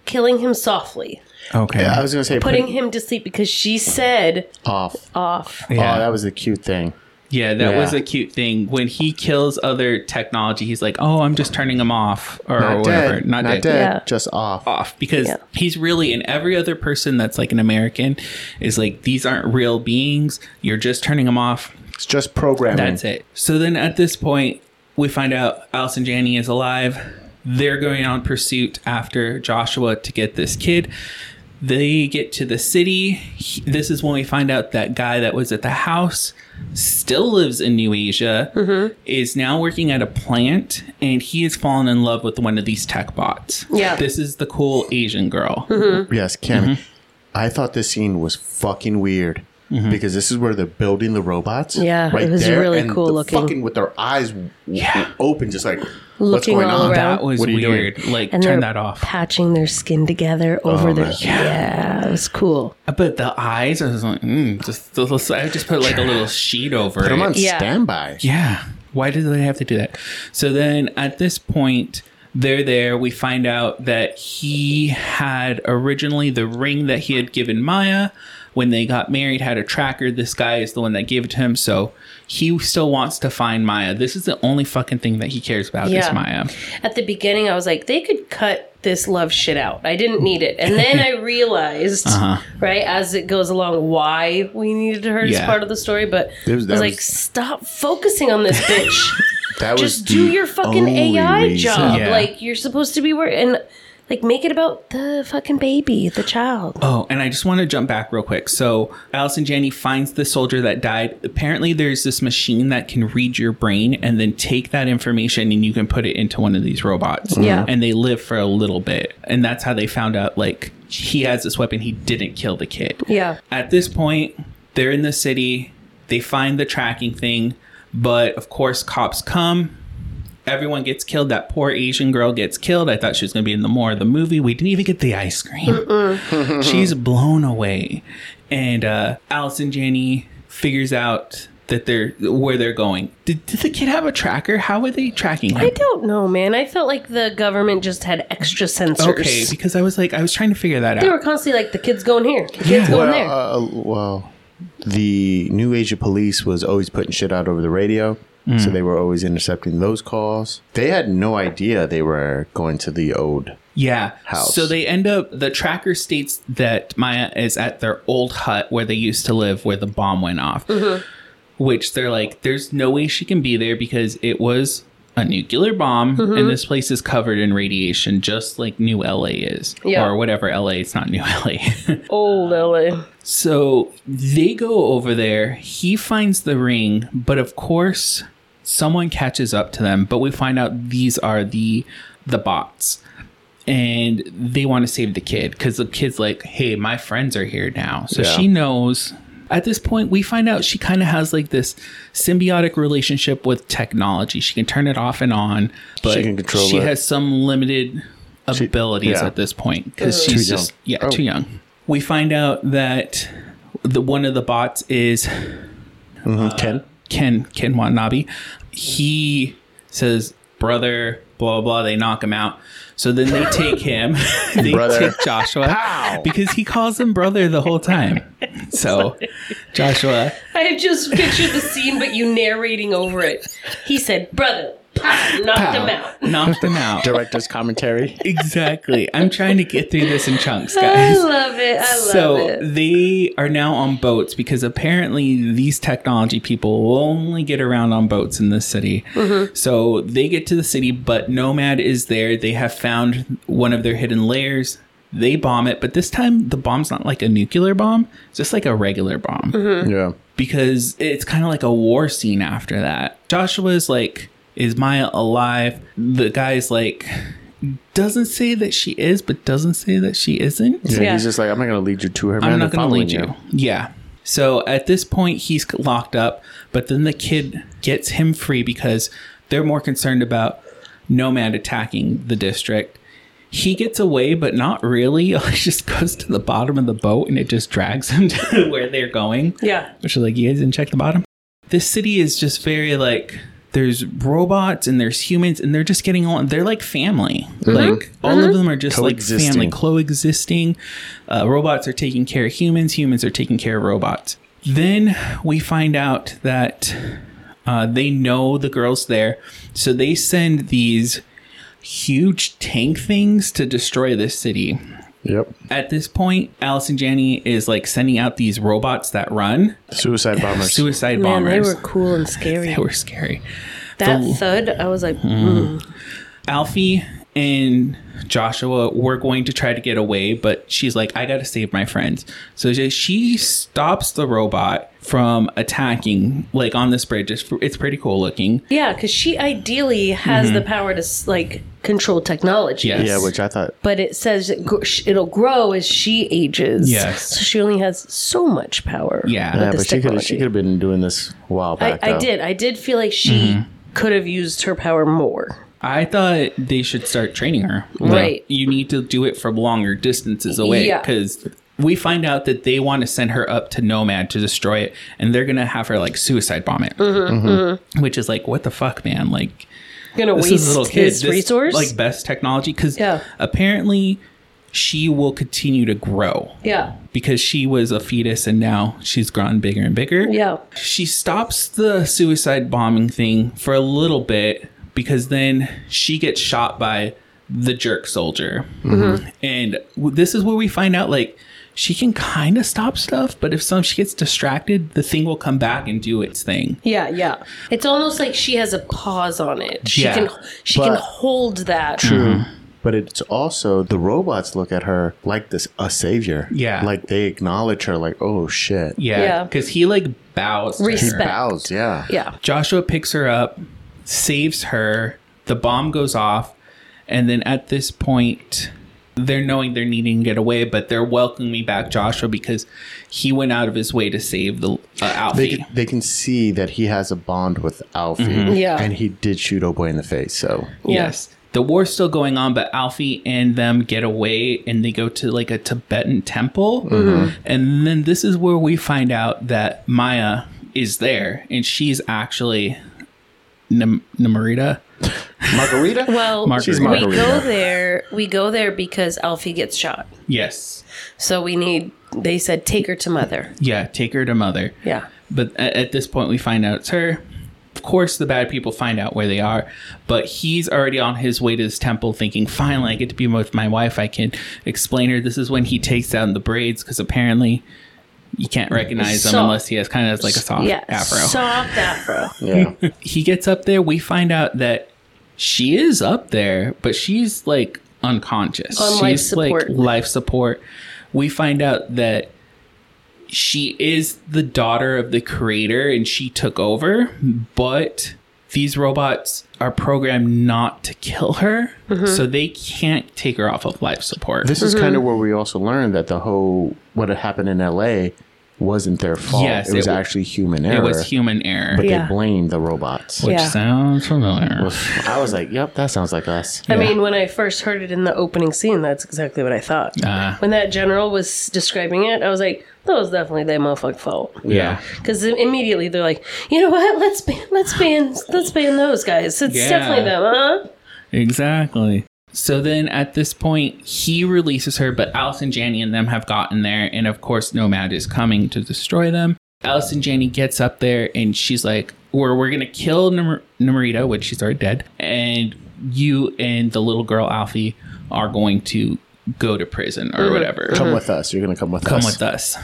killing him softly,
Okay.
I was gonna say
putting him to sleep because she said
put off.
off.
Yeah.
Oh, that was a cute thing.
Yeah, that
Yeah.
was a cute thing. When he kills other technology, he's like, "Oh, I'm just turning him off or
Not
whatever,
dead. Not, dead.
Yeah.
Just off.
off because
Yeah.
he's really and every other person that's like an American is like these aren't real beings. You're just turning them off.
It's just programming.
Hmm.
That's it. So then at this point, we find out Allison Janney is alive. They're going on pursuit after Joshua to get this kid. They get to the city. He- This is when we find out that guy that was at the house still lives in New Asia,
Mm-hmm.
is now working at a plant, and he has fallen in love with one of these tech bots.
Yeah. Mm-hmm.
This is the cool Asian girl.
Yes, Cammy.
Mm-hmm.
I thought this scene was fucking weird
Mm-hmm.
because this is where they're building the robots.
Yeah, it was really cool
the
looking.
Fucking with their eyes w-
Yeah.
open, just like what's
Looking
going
all
on.
around.
That was
What are you doing?
weird. Like,
And
turn
they're
that off. Oh,
Patching their skin together over their
man.
yeah, it was cool.
But the eyes, I was like, mm, just the little, I just put like a little sheet over
Put
it.
them on
Yeah.
standby.
Yeah. Why did they have to do that? So then at this point, they're there. We find out that he had originally the ring that he had given Maya when they got married had a tracker. This guy is the one that gave it to him. So he still wants to find Maya. This is the only fucking thing that he cares about
Yeah.
is Maya.
At the beginning, I was like, they could cut this love shit out. I didn't need it, and then I realized,
Uh-huh.
right as it goes along, why we needed her as
Yeah.
part of the story. But
It was-
I was
that
like,
was-
stop focusing on this bitch.
That
just
was
do
the
your fucking
only
AI
reason.
job.
Yeah.
Like you're supposed to be working. And, like make it about the fucking baby, the child.
Oh, and I just want to jump back real quick. So Allison Janney finds the soldier that died. Apparently, there's this machine that can read your brain and then take that information and you can put it into one of these robots.
Yeah.
And they live for a little bit. And that's how they found out, like, he has this weapon. He didn't kill the kid.
Yeah.
At this point, they're in the city. They find the tracking thing. But of course, cops come. Everyone gets killed. That poor Asian girl gets killed. I thought she was going to be in the more of the movie. We didn't even get the ice cream. She's blown away. And uh, Allison Janney figures out that they're where they're going. Did, did the kid have a tracker? How were they tracking
I
him?
don't know, man. I felt like the government just had extra sensors.
Okay, because I was like, I was trying to figure that
They
out.
were constantly like, the kid's going here, the kid's
Yeah.
going there.
Well, uh, well, the New Asia police was always putting shit out over the radio. So they were always intercepting those calls. They had no idea they were going to the old.
Yeah.
house.
So they end up, the tracker states that Maya is at their old hut where they used to live, where the bomb went off. Which they're like, there's no way she can be there because it was a nuclear bomb and this place is covered in radiation, just like New LA is.
Yeah.
Or whatever LA, it's not New LA.
Oh, Lily.
So they go over there. He finds the ring, but of course, someone catches up to them. But we find out these are the the bots, and they want to save the kid because the kid's like, "Hey, my friends are here now." So
Yeah.
she knows. At this point, we find out she kind of has like this symbiotic relationship with technology. She can turn it off and on, but she,
can control it.
has some limited abilities
yeah.
at this point because she's
young.
just yeah
Oh.
too young. We find out that the one of the bots is
Mm-hmm. Ken?
Ken Ken Watanabe. He says brother blah blah. blah. They knock him out. So then they take him. they
Brother.
take Joshua because he calls him brother the whole time. So Joshua,
I just pictured the scene, but you narrating over it. He said, brother, pow, knocked him out.
knocked him out.
Director's commentary.
Exactly. I'm trying to get through this in chunks,
I
guys.
love it. I love
so
it.
they are now on boats because apparently these technology people will only get around on boats in this city.
Mm-hmm.
So they get to the city, but Nomad is there. They have found one of their hidden lairs. They bomb it, but this time the bomb's not like a nuclear bomb, it's just like a regular bomb
Mm-hmm.
Yeah.
because it's kind of like a war scene after that. Joshua's like, is Maya alive? The guy's like, doesn't say that she is, but doesn't say that she isn't.
yeah.
Yeah.
He's just like, I'm not going to lead you to her.
I'm
man.
not
They're
going to lead you.
following
Yeah. So at this point, he's c- locked up, but then the kid gets him free because they're more concerned about Nomad attacking the district. He gets away, but not really. He just goes to the bottom of the boat and it just drags him to where they're going
Yeah.
which are like you guys didn't check the bottom this city is just very like there's robots and there's humans and they're just getting on they're like family like all of them are just like family
Coexisting.
coexisting uh, robots are taking care of humans humans are taking care of robots then we find out that uh, they know the girls there so they send these huge tank things to destroy this city
Yep.
at this point allison janney is like sending out these robots that run
Suicide bombers.
suicide
Man,
bombers.
they were cool and scary.
scary.
that
the-
thud, I was like,
Mm-hmm.
mm.
Alfie and Joshua were going to try to get away, but she's like, I gotta save my friends. So she- she stops the robot from attacking, like on this bridge. It's, it's pretty cool looking.
yeah, because she ideally has the power to like control technology.
Mm-hmm. Yes.
Yeah, which I thought.
But it says it gr- sh- it'll grow as she ages.
Yes.
So she only has so much power.
Yeah.
with
Yeah,
this
but she could
technology.
she could have been doing this a while
I,
back.
I
though.
did. I did feel like she
Mm-hmm.
could have used her power more.
I thought they should start training her.
Right.
You need to do it from longer distances away
Yeah.
because we find out that they want to send her up to Nomad to destroy it and they're going to have her like suicide bomb it.
Mm-hmm,
Which is like, what the fuck, man? Like,
Gonna
this
waste
is a little kid.
his
This,
resource.
like best technology because
Yeah.
apparently she will continue to grow
yeah.
because she was a fetus and now she's grown bigger and bigger.
Yeah.
She stops the suicide bombing thing for a little bit because then she gets shot by the jerk soldier. And w- this is where we find out like she can kind of stop stuff, but if some she gets distracted, the thing will come back and do its thing.
Yeah, yeah. It's almost like she has a pause on it. She
Yeah.
can she can
But-
hold that.
True. Mm-hmm. But it's also the robots look at her like this a savior.
Yeah.
Like they acknowledge her like, oh shit.
Yeah,
Yeah.
because he like bows. to her.
Respect.
Bows, yeah.
Yeah.
Joshua picks her up, saves her. The bomb goes off, and then at this point, they're knowing they're needing to get away, but they're welcoming back Joshua because he went out of his way to save the uh,
They
Alfie.
can, they can see that he has a bond with Alfie.
Mm-hmm.
Yeah.
And he did shoot Oboy in the face. So
Yes. The war's still going on, but Alfie and them get away and they go to like a Tibetan temple. And then this is where we find out that Maya is there and she's actually Nam- Namorita.
Margarita?
Well,
She's
we
Margarita.
go there. We go there because Alfie gets shot.
Yes.
So we need. They said take her to mother.
Yeah. Take her to mother.
Yeah.
But at, at this point, we find out it's her. Of course, the bad people find out where they are, but he's already on his way to this temple thinking, finally, I get to be with my wife. I can explain her. This is when he takes down the braids because apparently you can't recognize him
So-
unless he has kind of like a soft
yeah.
afro.
Soft afro.
yeah.
he gets up there. We find out that she is up there, but she's like unconscious.
On life
she's like
support.
life support. We find out that she is the daughter of the creator and she took over, but these robots are programmed not to kill her,
Mm-hmm.
so they can't take her off of life support.
This is kind of where we also learned that the whole what had happened in LA wasn't their fault.
Yes,
it was
it w-
actually human
it
error.
was human error.
But
Yeah.
they blamed the robots.
which
Yeah.
sounds familiar.
I was like, yep, that sounds like us.
I mean, when I first heard it in the opening scene, that's exactly what I thought.
Ah.
when that general was describing it, I was like, "That was definitely their motherfucking fault."
yeah.
Because immediately they're like, "You know what? Let's ban, let's ban, let's ban those guys. It's
Yeah.
definitely them, huh?"
Exactly. So then at this point, he releases her, but Alice and Janney and them have gotten there. And of course, Nomad is coming to destroy them. Alice and Janney gets up there and she's like, We're, we're going to kill Nam- Namorita, which she's already dead. And you and the little girl, Alfie, are going to go to prison or whatever.
Come with us. You're gonna come with
Come
us.
with us.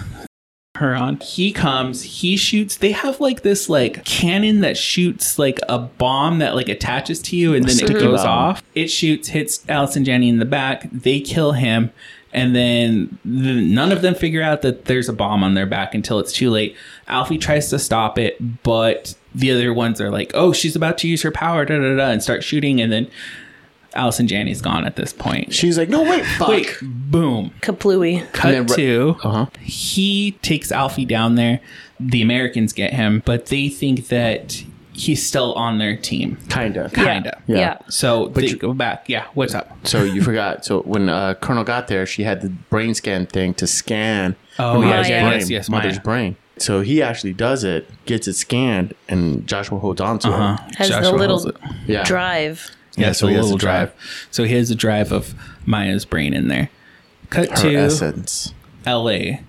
Her on. He comes, he shoots. They have like this like cannon that shoots like a bomb that like attaches to you and then it
Sticky
goes
bomb.
off. It shoots, hits Alice and Jenny in the back. They kill him. And then th- none of them figure out that there's a bomb on their back until it's too late. Alfie tries to stop it, but the other ones are like, oh, she's about to use her power, da da da, and start shooting. And then Alice and Janny's gone at this point.
She's like, no, wait, fuck.
Wait, boom.
Kaplooey.
Cut
And then-
to
Uh-huh.
he takes Alfie down there. The Americans get him, but they think that he's still on their team.
Kinda.
Kinda.
Yeah.
Yeah.
So they
you-
go back. Yeah, what's up?
So you forgot. So when uh, Colonel got there, she had the brain scan thing to scan
Oh,
her
yeah,
mother's
yeah,
brain,
yes, yes,
mother's
Maya.
brain. So he actually does it, gets it scanned, and Joshua holds on to it.
Has
Joshua
the
holds
little
it.
Yeah.
drive.
Uh-huh.
so
Yeah, so
he has
little
a drive.
drive. So he has a drive of Maya's brain in there. Cut
Her
to
essence.
LA.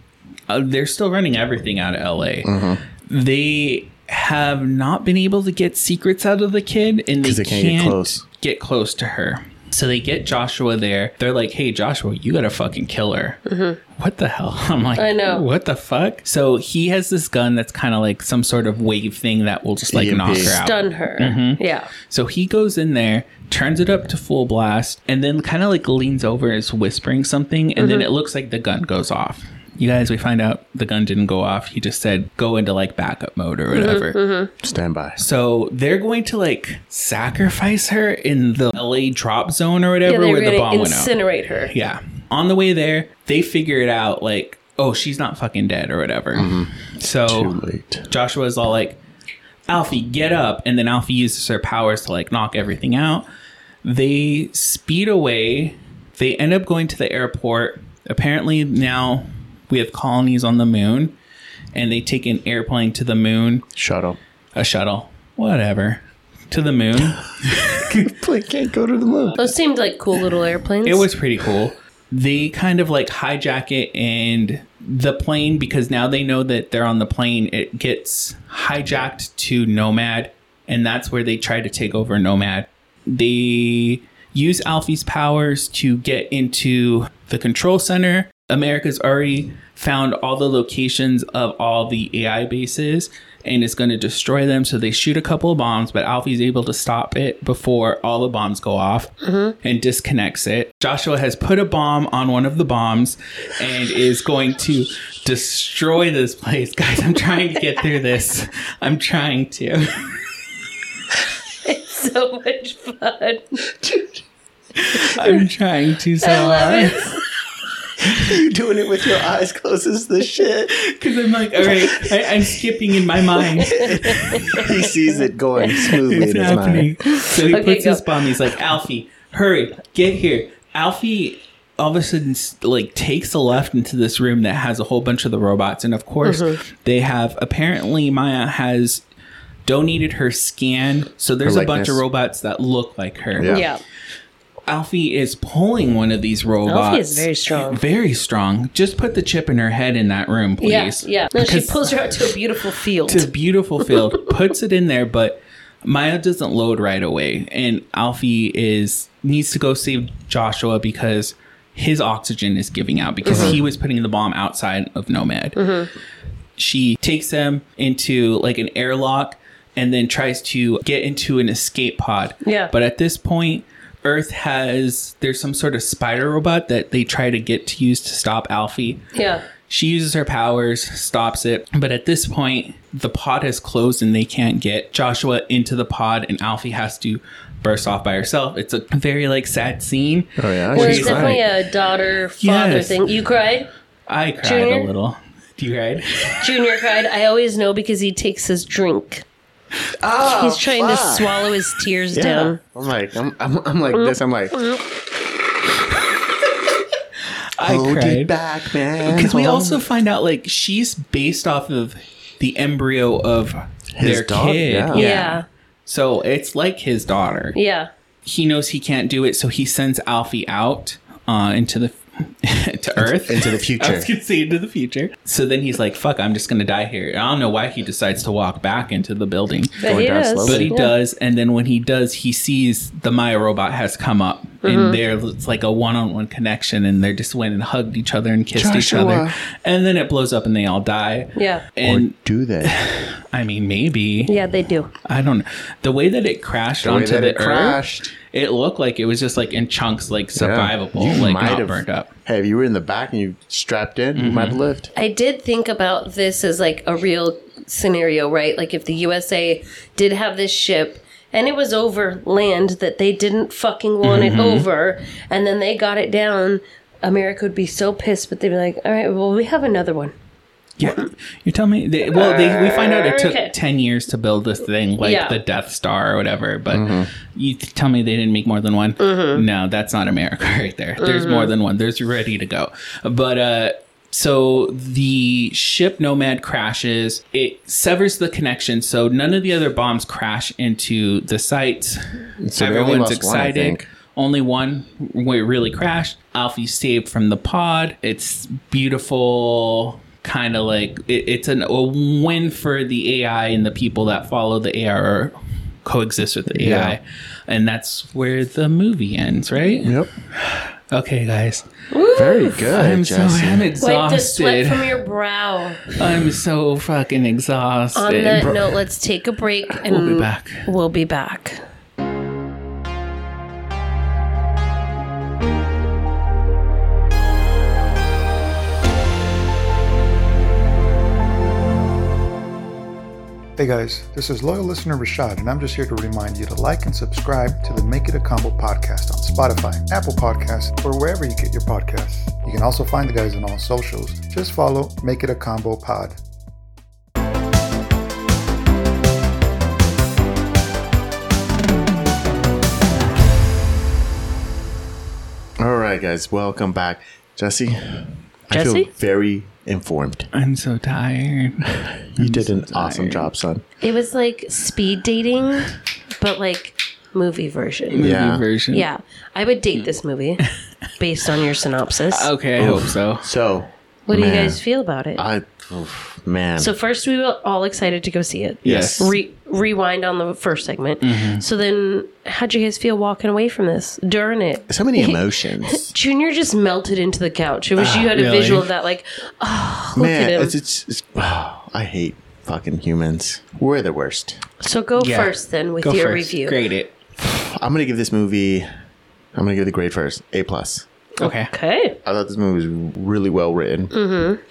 Uh, they're still running everything out of LA.
Mm-hmm.
They have not been able to get secrets out of the kid, and they,
'Cause they
can't,
can't get close.
get close to her. So they get Joshua there. They're like, "Hey, Joshua, you gotta fucking kill her." What the hell? I'm like,
Mm-hmm. I know.
What the fuck? So he has this gun that's kind of like some sort of wave thing that will just like
EMP.
knock her out.
Done her.
Mm-hmm.
Yeah.
So he goes in there, turns it up to full blast, and then kind of like leans over and is whispering something, and
Mm-hmm.
then it looks like the gun goes off. You guys, we find out the gun didn't go off. He just said go into like backup mode
Mm-hmm,
or whatever.
Stand by.
So they're going to like sacrifice her in the LA drop zone or
Yeah,
whatever
they were
where the
going
bomb
to
went out.
incinerate her.
Yeah. On the way there, they figure it out like, oh, she's not fucking dead or whatever. So
Too late.
Joshua is all like, Alfie, get up. And then Alfie uses her powers to like knock everything out. They speed away. They end up going to the airport. Apparently, now we have colonies on the moon and they take an airplane to the moon,
Shuttle.
a shuttle, whatever, to the moon.
Please can't go to the moon.
Those seemed like cool little airplanes.
It was pretty cool. They kind of like hijack it and the plane because now they know that they're on the plane. It gets hijacked to Nomad, and that's where they try to take over Nomad. They use Alfie's powers to get into the control center. America's already found all the locations of all the AI bases and it's going to destroy them. So they shoot a couple of bombs, but Alfie's able to stop it before all the bombs go off
Mm-hmm.
and disconnects it. Joshua has put a bomb on one of the bombs and is going to destroy this place. Guys, I'm trying to get through this. I'm trying to.
so much fun.
I'm trying to so
I love
hard.
it.
You doing it with your eyes closed as the shit.
Because I'm like, all right, I, I'm skipping in my mind.
He sees it going smoothly
It's
in his
happening.
mind.
So he
Okay,
puts
go.
his bomb. He's like, Alfie, hurry, get here. Alfie all of a sudden s- like takes a left into this room that has a whole bunch of the robots, and of course
Mm-hmm.
they have. Apparently, Maya has donated her scan, so there's a bunch
likeness.
of robots that look like her.
Yeah.
Yeah.
Alfie is pulling one of these robots.
very strong.
Very strong. Just put the chip in her head in that room,
Yeah.
please.
Yeah. No, she
Because-
pulls her out to a beautiful field.
it's a beautiful field. Puts it in there, but Maya doesn't load right away, and Alfie is needs to go save Joshua because his oxygen is giving out because
Mm-hmm.
he was putting the bomb outside of Nomad. She takes him into like an airlock and then tries to get into an escape pod.
Yeah.
But at this point, Earth has there's some sort of spider robot that they try to get to use to stop Alfie.
yeah.
She uses her powers, stops it, but at this point, the pod has closed and they can't get Joshua into the pod, and Alfie has to burst off by herself. It's a very like sad scene.
Oh, yeah.
Well,
She's
it's definitely
like,
a daughter father
Yes.
thing. You cried?
I cried
Junior?
a little. You cried.
Junior cried. I always know because he takes his drink. He's trying to swallow his tears down.
I'm like, I'm, I'm, I'm like this. I'm like,
I
hold it
cried
back, man.
because we
Hold
also find out like she's based off of the embryo of
His
their
dog-
kid.
yeah.
Yeah.
So it's like his daughter.
Yeah.
He knows he can't do it, so he sends Alfie out uh, into the to Earth
into the future.
I was gonna say into the future. So then he's like, "Fuck, I'm just gonna die here." I don't know why he decides to walk back into the building,
But
Going
he
down
does.
slowly.
but he
Yeah.
does. And then when he does, he sees the Maya robot has come up,
Mm-hmm.
and there it's like a one-on-one connection, and they just went and hugged each other and kissed each
Joshua.
other, and then it blows up and they all die.
Yeah.
and
do that.
I mean, maybe.
Yeah, they do.
I don't know. The way that it crashed
The way
onto
that
the
it
earth,
crashed.
it looked like it was just like in chunks, like survivable,
You
like
might
not
have-
burned up. Mm-hmm.
Hey, if you were in the back and you strapped in, you might have lived.
I did think about this as like a real scenario, right? Like if the USA did have this ship and it was over land that they didn't fucking want
Mm-hmm.
it over and then they got it down, America would be so pissed, but they'd be like, all right, well, we have another one.
Yeah, you tell me. They, well, they, we find out it took
Okay.
ten years to build this thing, like
Yeah.
the Death Star or whatever. But
Mm-hmm.
you t- tell me they didn't make more than one.
Mm-hmm.
No, that's not America right there. There's more than one. There's ready to go. But uh, so the ship Nomad crashes. It severs the connection, so none of the other bombs crash into the sites.
So they only
Everyone's
lost one, I
excited.
think.
Only one we really crashed. Alfie saved from the pod. It's beautiful, kind of like it, it's an, a win for the AI and the people that follow the AI or coexist with the AI.
Yeah.
And that's where the movie ends, right?
Yep.
Okay, guys.
Very good.
I'm so
Jesse.
I'm
Wipe the sweat
exhausted.
from your brow.
I'm so fucking
On Mm.
exhausted.
that note, let's take a break and
we'll be back.
We'll be back.
Hey guys, this is loyal listener Rashad, and I'm just here to remind you to like and subscribe to the Make It a Combo podcast on Spotify, Apple Podcasts, or wherever you get your podcasts. You can also find the guys on all socials. Just follow Make It a Combo Pod.
All right, guys, welcome back, Jesse. I
Jesse?
feel very informed.
I'm so tired.
You did an awesome job, son.
It was like speed dating, but like movie version.
Movie
Yeah.
version.
Yeah, I would date this movie based on your synopsis.
Okay, I hope so.
So,
What do you
man,
guys feel about it?
I, oof, man.
So first, we were all excited to go see it.
Yes.
Re- rewind on the first segment. So then, how'd you guys feel walking away from this during it?
so many emotions,
Junior just melted into the couch. It was you had a
really?
visual of that, like,
man.
at him.
It's, it's, it's I hate fucking humans. We're the worst.
so go
Yeah.
first then with your review.
Grade it.
I'm gonna give this movie. I'm gonna give the grade first, A plus.
Oh.
Okay.
Okay.
I thought this movie was really well written.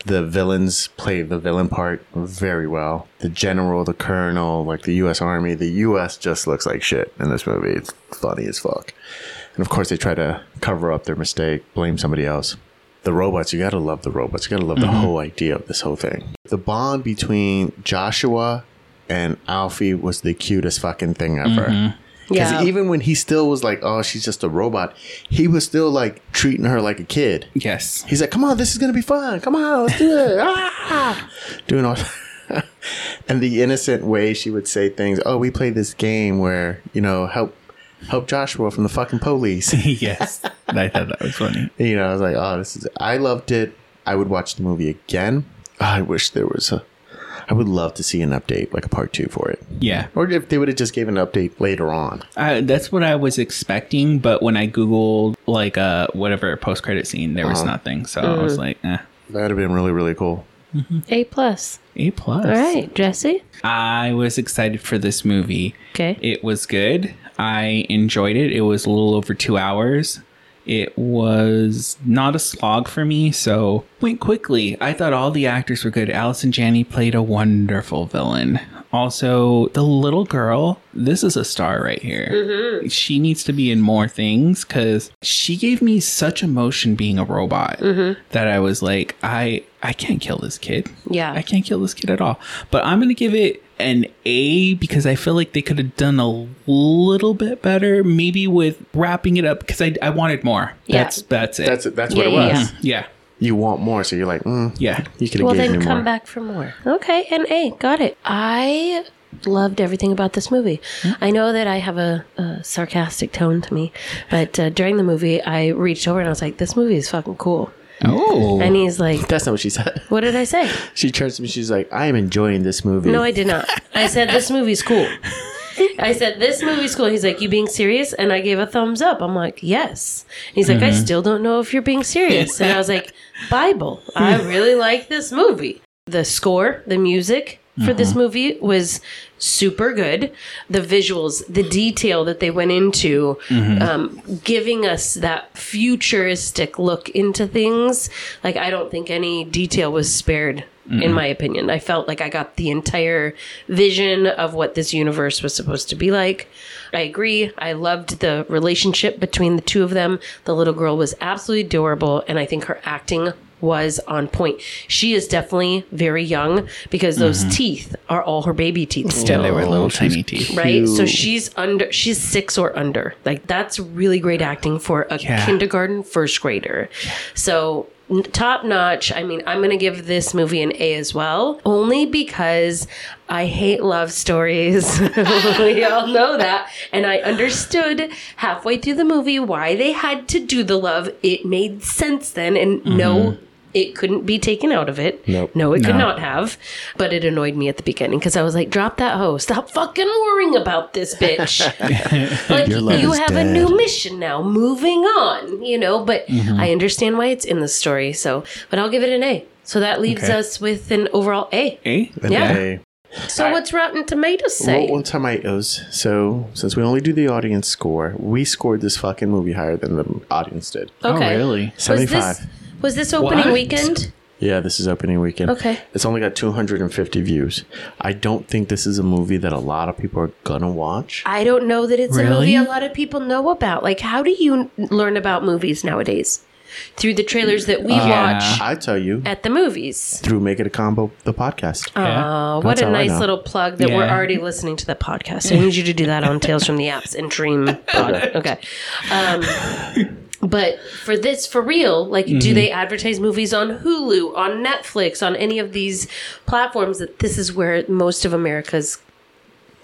The villains play the villain part very well. The general, the colonel, like the U.S. Army, the U.S. just looks like shit in this movie. It's funny as fuck. And of course, they try to cover up their mistake, blame somebody else. The robots, you gotta love the robots. You gotta love the whole idea of this whole thing. The bond between Joshua and Alfie was the cutest fucking thing ever. Because
Yeah.
even when he still was like, oh, she's just a robot, he was still like treating her like a kid.
Yes.
He's like, come on, this is going to be fun. Come on, let's do it. Ah! Doing all. and the innocent way she would say things. Oh, we play this game where, you know, help help Joshua from the fucking police.
yes. I thought that was funny.
you know, I was like, oh, this is. I loved it. I would watch the movie again. I wish there was a. I would love to see an update, like a part two for it.
Yeah.
Or if they would have just gave an update later on.
I, that's what I was expecting, but when I Googled, like, uh, whatever post credit scene, there was nothing. So I was like, eh.
That would have been really, really cool.
A plus.
A plus.
All right, Jesse.
I was excited for this movie.
Okay.
It was good. I enjoyed it. It was a little over two hours. It was not a slog for me, so went quickly. I thought all the actors were good. Allison Janney played a wonderful villain. Also, the little girl, this is a star right here. She needs to be in more things because she gave me such emotion being a robot
Mm-hmm.
that I was like, I I can't kill this kid.
Yeah.
I can't kill this kid at all. But I'm gonna give it an A because I feel like they could have done a little bit better, maybe with wrapping it up because I, I wanted more.
Yeah.
That's that's it.
That's it. That's what
Yeah,
it was.
yeah, yeah.
yeah.
You want more, so you're like, mm,
Yeah.
you could have
Well,
gave me
then
more.
come back for more. Okay, and A, got it. I loved everything about this movie.
Hmm?
I know that I have a, a sarcastic tone to me, but uh, during the movie, I reached over and I was like, "This movie is fucking cool."
Oh.
And he's like,
That's not what she said.
"What did I say?"
She turns to me. She's like, "I am enjoying this movie."
No, I did not. I said, "This movie's cool." I said, "This movie's cool." He's like, "You being serious?" And I gave a thumbs up. I'm like, "Yes." He's like, "I
Mm-hmm.
still don't know if you're being serious." And I was like, "Bible, I really like this movie. The score, the music, for this movie was super good. The visuals, the detail that they went into, um, giving us that futuristic look into things. Like, I don't think any detail was spared, in my opinion. I felt like I got the entire vision of what this universe was supposed to be like. I agree. I loved the relationship between the two of them. The little girl was absolutely adorable, and I think her acting was on point. She is definitely very young because those teeth are all her baby teeth still
Yeah, they were little tiny teeth.
right? So she's under, she's six or under. Like that's really great acting for a
Yeah.
kindergarten first grader. So n- top notch. I mean, I'm gonna give this movie an A as well, only because I hate love stories. we all know that, and I understood halfway through the movie why they had to do the love. It made sense then, and no. It couldn't be taken out of it.
Nope.
No, it could
No.
not have, but it annoyed me at the beginning because I was like, "Drop that hoe! Stop fucking worrying about this bitch. like
Your love
you
is
have a
dead." Mm-hmm.
new mission now. Moving on, you know." But I understand why it's in the story. So, but I'll give it an A. So that leaves
Okay.
us with an overall A.
Eh?
Yeah.
Hey,
So what's Rotten Tomatoes say?
roll on tomatoes. So since we only do the audience score, we scored this fucking movie higher than the audience did.
Oh, really?
Was this
75.
was this opening
What?
weekend?
Yeah, this is opening weekend.
Okay.
It's only got 250 views. I don't think this is a movie that a lot of people are gonna watch.
I don't know that it's a
Really?
movie a lot of people know about. Like, how do you n- learn about movies nowadays? Through the trailers that we
Uh,
watch
I tell you,
at the movies.
through Make It a Combo, the podcast.
Oh, what
That's
a
all I
nice
know.
little plug that we're
Yeah.
already listening to the podcast. I need you to do that on Tales from the Apps and Dream Pod. Okay. Um, but for this, for real, like,
Mm-hmm.
do they advertise movies on Hulu, on Netflix, on any of these platforms that this is where most of America's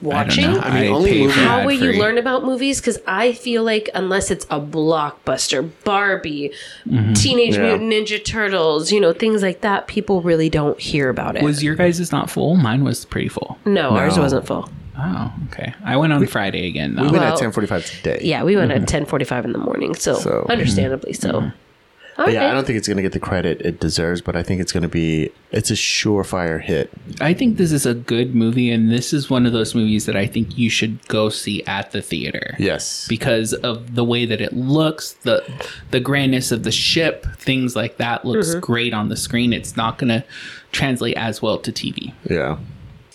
watching?
I don't know.
I mean, only
paid
movie-
for
How
ad
will you
free.
learn about movies? Because I feel like unless it's a blockbuster, Barbie,
Mm-hmm.
Teenage
Yeah.
Mutant Ninja Turtles, you know, things like that, people really don't hear about it.
Was your guys' not full? Mine was pretty full.
no, ours wasn't full.
Oh, okay. I went on Friday again, though.
we went
well-
at 10:45 today.
Yeah, we went at ten forty five in the morning, so,
Mm-hmm. So- mm-hmm.
understandably so. All
But yeah, I
right.
don't think it's gonna get the credit it deserves, but I think it's gonna be it's a surefire hit.
I think this is a good movie, and this is one of those movies that I think you should go see at the theater.
Yes.
Because of the way that it looks, the the grandness of the ship, things like that looks great on the screen. It's not gonna translate as well to TV.
yeah.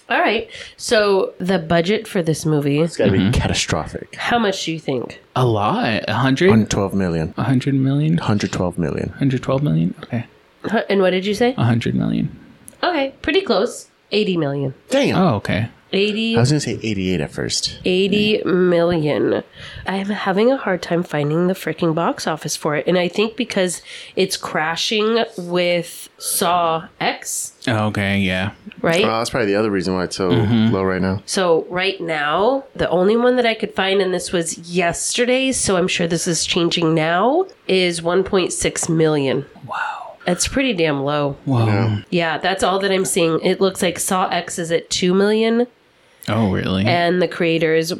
All right. So the budget for this movie,
It's gotta
Mm-hmm.
be catastrophic.
how much do you think?
A lot. A hundred?
112 million.
A hundred million?
112 million.
Hundred twelve million? Okay.
Huh, And what did you
Uh.
say?
A hundred million.
Okay, pretty close. Eighty million.
Damn.
Oh, okay.
80
I was gonna say 88 at first.
80 million. I'm having a hard time finding the freaking box office for it. And I think because it's crashing with Saw X,
Oh, Okay, yeah.
right?
Well, that's probably the other reason why it's so
Mm-hmm.
low right now.
so, right now, the only one that I could find, and this was yesterday, so I'm sure this is changing now, is 1.6 million.
Wow.
That's pretty damn low.
Whoa.
Yeah, that's all that I'm seeing. It looks like Saw X is at 2 million,
Oh, really?
and the creator is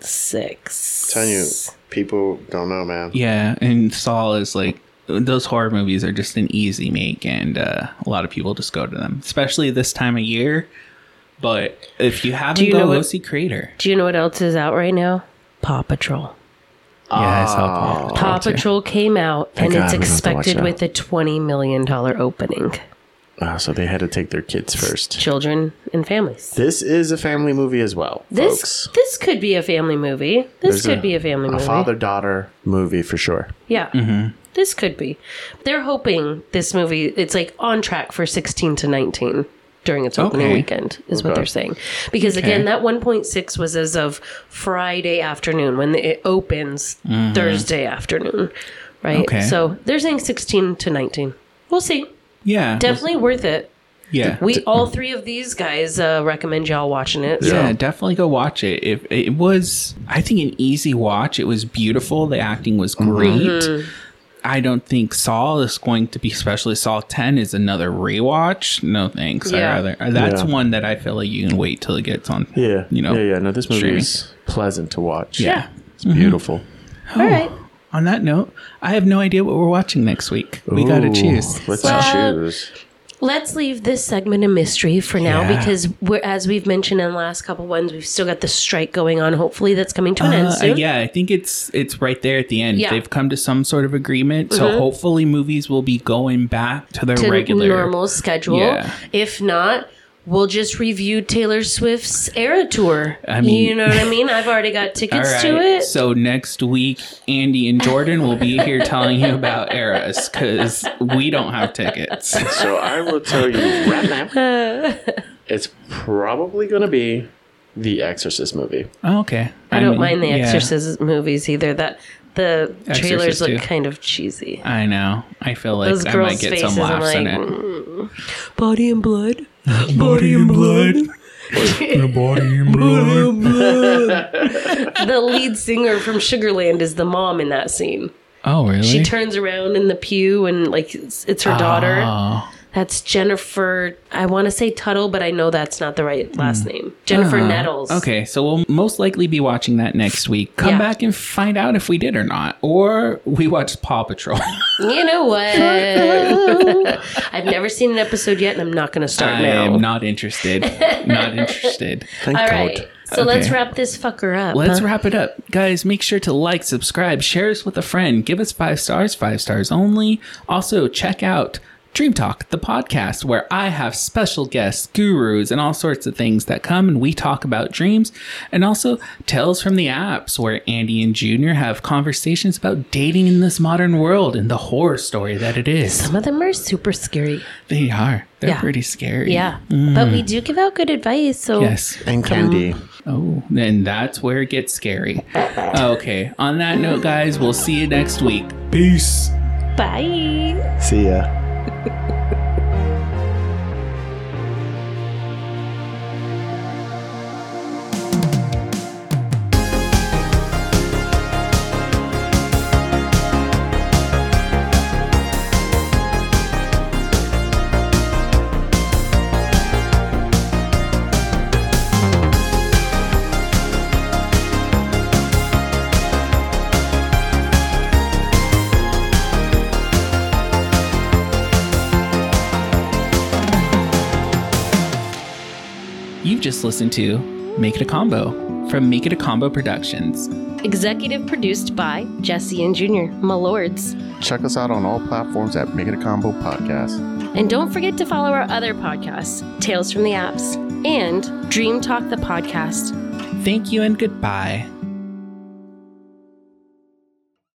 1.6.
telling you, people don't know, man.
Yeah, and Saul is like those horror movies are just an easy make, and uh, a lot of people just go to them, especially this time of year. But if you haven't,
you
go,
know
go
what-
see Creator.
Do you know what else is out right now? Paw Patrol.
Yeah, I saw Paw,
Paw
Patrol. too.
Patrol came out and
Thank God we don't
it's
have to watch
expected
that.
with a $20 million opening.
Ah, so they had to take their kids first.
Children and families.
This is a family movie as well,
This
folks.
this could be a family movie. This
There's
could be a family
A
movie.
father daughter movie for sure.
Yeah.
Mm-hmm.
This could be. They're hoping this movie it's like on track for 16 to 19 during its opening
Okay.
weekend is what they're saying. Because again that 1.6 was as of Friday afternoon when it opens Thursday afternoon, right?
Mm-hmm. Okay.
So they're saying 16 to 19. We'll see.
Yeah,
Definitely worth it.
yeah.
We all three of these guys uh, recommend y'all watching it.
yeah, definitely go watch it. If it was, I think an easy watch. It was beautiful. The acting was
Mm-hmm.
great.
Mm-hmm.
I don't think Saul is going to be, especially Saul Ten is another rewatch. No thanks.
Yeah.
I rather uh, that's
Yeah.
one that I feel like you can wait till it gets on.
Yeah.
you know.
Yeah, yeah. No, this movie
streaming.
is pleasant to watch.
Yeah. Oh.
It's beautiful.
All right.
On that note, I have no idea what we're watching next week. We got to
Ooh,
choose.
Let's
Well,
choose.
Let's leave this segment a mystery for now
Yeah.
because we're, as we've mentioned in the last couple ones, we've still got the strike going on. Hopefully, that's coming to an end
Uh,
soon.
yeah, I think it's it's right there at the end.
Yeah. Mm-hmm.
They've come to some sort of agreement, so hopefully movies will be going back to their
to
regular
normal schedule.
Yeah.
If not, we'll just review Taylor Swift's Era tour.
I mean-
you know what I mean? I've already got tickets to it.
So next week, Andy and Jordan will be here telling you about Eras because we don't have tickets.
So I will tell you right now, it's probably going to be the Exorcist movie.
okay.
I don't
mean,
mind the
yeah.
Exorcist movies either. That the trailers
Exorcist
look
too.
kind of cheesy.
I know. I feel like
Those
I
girls'
might get
faces,
some
I'm
laughs in
like, "Mm-hmm."
it.
Body and blood.
Body and blood. body and blood.
the lead singer from Sugarland is the mom in that scene.
Oh, really?
She turns around in the pew and like it's, it's her daughter.
Oh,
That's Jennifer. I want to say Tuttle, but I know that's not the right last name. Jennifer
Uh-huh.
Nettles.
Okay, so we'll most likely be watching that next week. Come
Yeah.
back and find out if we did or not, or we watched Paw Patrol.
You know what? I've never seen an episode yet, and I'm not going to start
I
now.
am not interested. Not interested.
Thank
All
God.
right. So let's
Okay.
wrap this fucker up.
Let's
huh?
wrap it up. Guys, make sure to like, subscribe, share us with a friend, give us five stars, five stars only. Also, check out Dream Talk, the podcast where I have special guests, gurus, and all sorts of things that come and we talk about dreams. And also, Tales from the Apps, where Andy and Junior have conversations about dating in this modern world and the horror story that it is.
Some of them are super scary.
They are. They're
Yeah.
pretty scary.
Yeah. But we do give out good advice. So
Yes.
And Candy.
Oh, then that's where it gets scary. Okay. On that note, guys, we'll see you next week. Peace.
bye.
See ya.
You've just listened to Make It a Combo from Make It a Combo Productions.
Executive produced by Jesse and Junior, my lords.
Check us out on all platforms at Make It a Combo Podcast.
And don't forget to follow our other podcasts, Tales from the Apps and Dream Talk the Podcast.
Thank you and goodbye.